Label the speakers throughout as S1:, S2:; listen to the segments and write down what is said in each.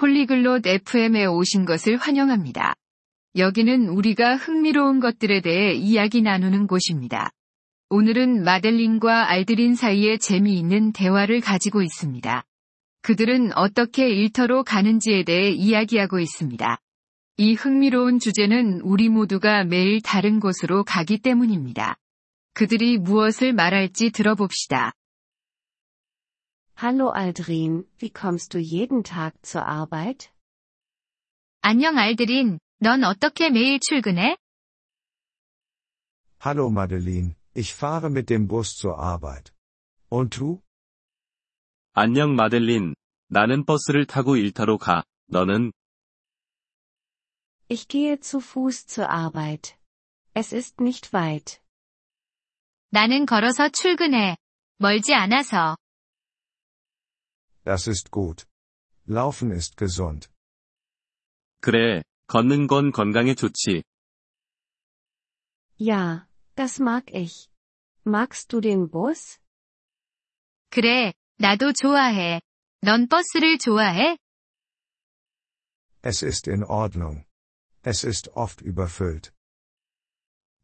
S1: 폴리글롯 FM에 오신 것을 환영합니다. 여기는 우리가 흥미로운 것들에 대해 이야기 나누는 곳입니다. 오늘은 마델린과 알드린 사이에 재미있는 대화를 가지고 있습니다. 그들은 어떻게 일터로 가는지에 대해 이야기하고 있습니다. 이 흥미로운 주제는 우리 모두가 매일 다른 곳으로 가기 때문입니다. 그들이 무엇을 말할지 들어봅시다.
S2: Hallo Aldrin, wie kommst du jeden Tag zur Arbeit?
S1: 안녕 알드린, 넌 어떻게 매일 출근해?
S3: Hallo Madeleine, ich fahre mit dem Bus zur Arbeit. Und du?
S4: 안녕 마델린. 나는 버스를 타고 일터로 가. 너는?
S2: Ich gehe zu Fuß zur Arbeit. Es ist nicht weit.
S1: 나는 걸어서 출근해. 멀지 않아서.
S3: Das ist gut. Laufen ist gesund.
S4: 그래. 걷는 건 건강에 좋지.
S2: Ja, das mag ich. Magst du den Bus?
S1: 그래, 나도 좋아해. 넌 버스를 좋아해?
S3: Es ist in Ordnung. Es ist oft überfüllt.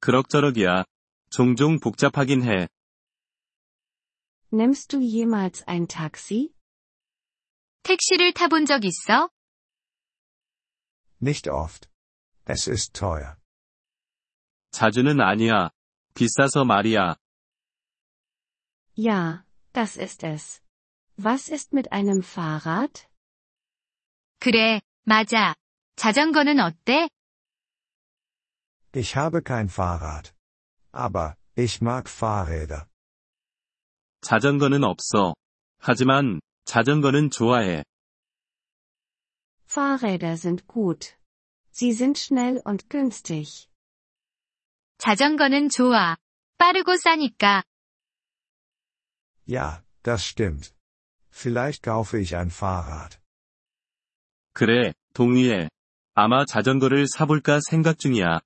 S4: 그럭저럭이야. 종종 복잡하긴 해.
S2: Nimmst du jemals ein Taxi?
S1: 택시를 타본 적 있어?
S3: Nicht oft. Es ist teuer.
S4: 자주는 아니야. 비싸서 말이야.
S2: Ja, das ist es. Was ist mit einem Fahrrad?
S1: 그래, 맞아. 자전거는 어때?
S3: Ich habe kein Fahrrad. Aber, ich mag Fahrräder.
S4: 자전거는 없어. 하지만 자전거는 좋아해.
S2: Fahrräder sind gut. Sie sind schnell und günstig.
S1: 자전거는 좋아. 빠르고 싸니까.
S3: Ja, das stimmt. Vielleicht kaufe ich ein Fahrrad.
S4: 그래. 동의해. 아마 자전거를 사볼까 생각 중이야.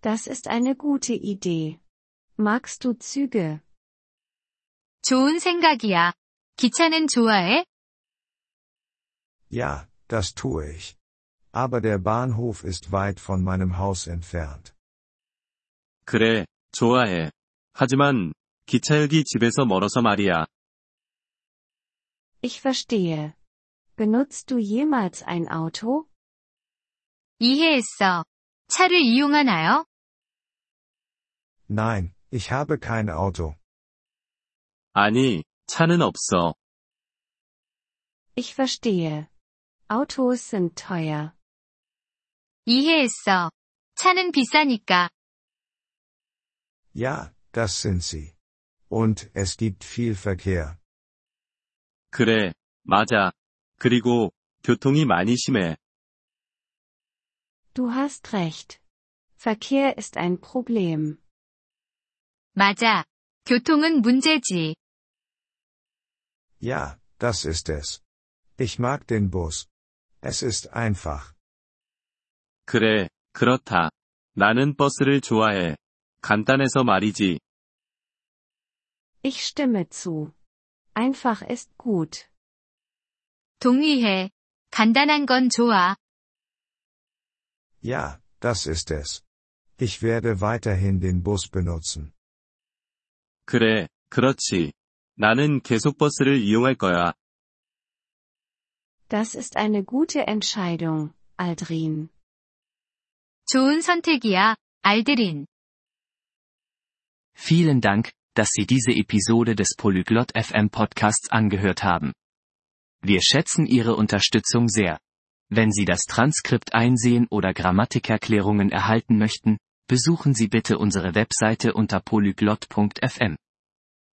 S2: Das ist eine gute Idee. Magst du Züge?
S1: 좋은 생각이야. 기차는 좋아해?
S3: Ja, das tue ich. Aber der Bahnhof ist weit von meinem Haus entfernt.
S4: 그래. 좋아해. 하지만 기차역이 집에서 멀어서 말이야.
S2: Ich verstehe. Benutzt du jemals ein Auto?
S1: 이해했어. 차를 이용하나요?
S3: Nein, ich habe kein Auto.
S4: 아니, 차는 없어.
S2: Ich verstehe. Autos sind teuer.
S1: 이해했어. 차는 비싸니까.
S3: Ja, das sind sie. Und es gibt viel Verkehr.
S4: 그래. 맞아. 그리고 교통이 많이 심해.
S2: Du hast recht. Verkehr ist ein Problem.
S1: 맞아. 교통은 문제지.
S3: Ja, das ist es. Ich mag den Bus. Es ist einfach.
S4: 그래, 그렇다. 나는 버스를 좋아해. 간단해서 말이지.
S2: Ich stimme zu. Einfach ist gut.
S1: 동의해. 간단한 건 좋아.
S3: Ja, das ist es. Ich werde weiterhin den Bus benutzen.
S4: 그래, 그렇지. 나는 계속 버스를 이용할 거야.
S2: Das ist eine gute Entscheidung, Aldrin.
S1: 좋은 선택이야. 알드린.
S5: Vielen Dank, dass Sie diese Episode des Polyglot FM Podcasts angehört haben. Wir schätzen Ihre Unterstützung sehr. Wenn Sie das Transkript einsehen oder Grammatikerklärungen erhalten möchten, besuchen Sie bitte unsere Webseite unter polyglot.fm.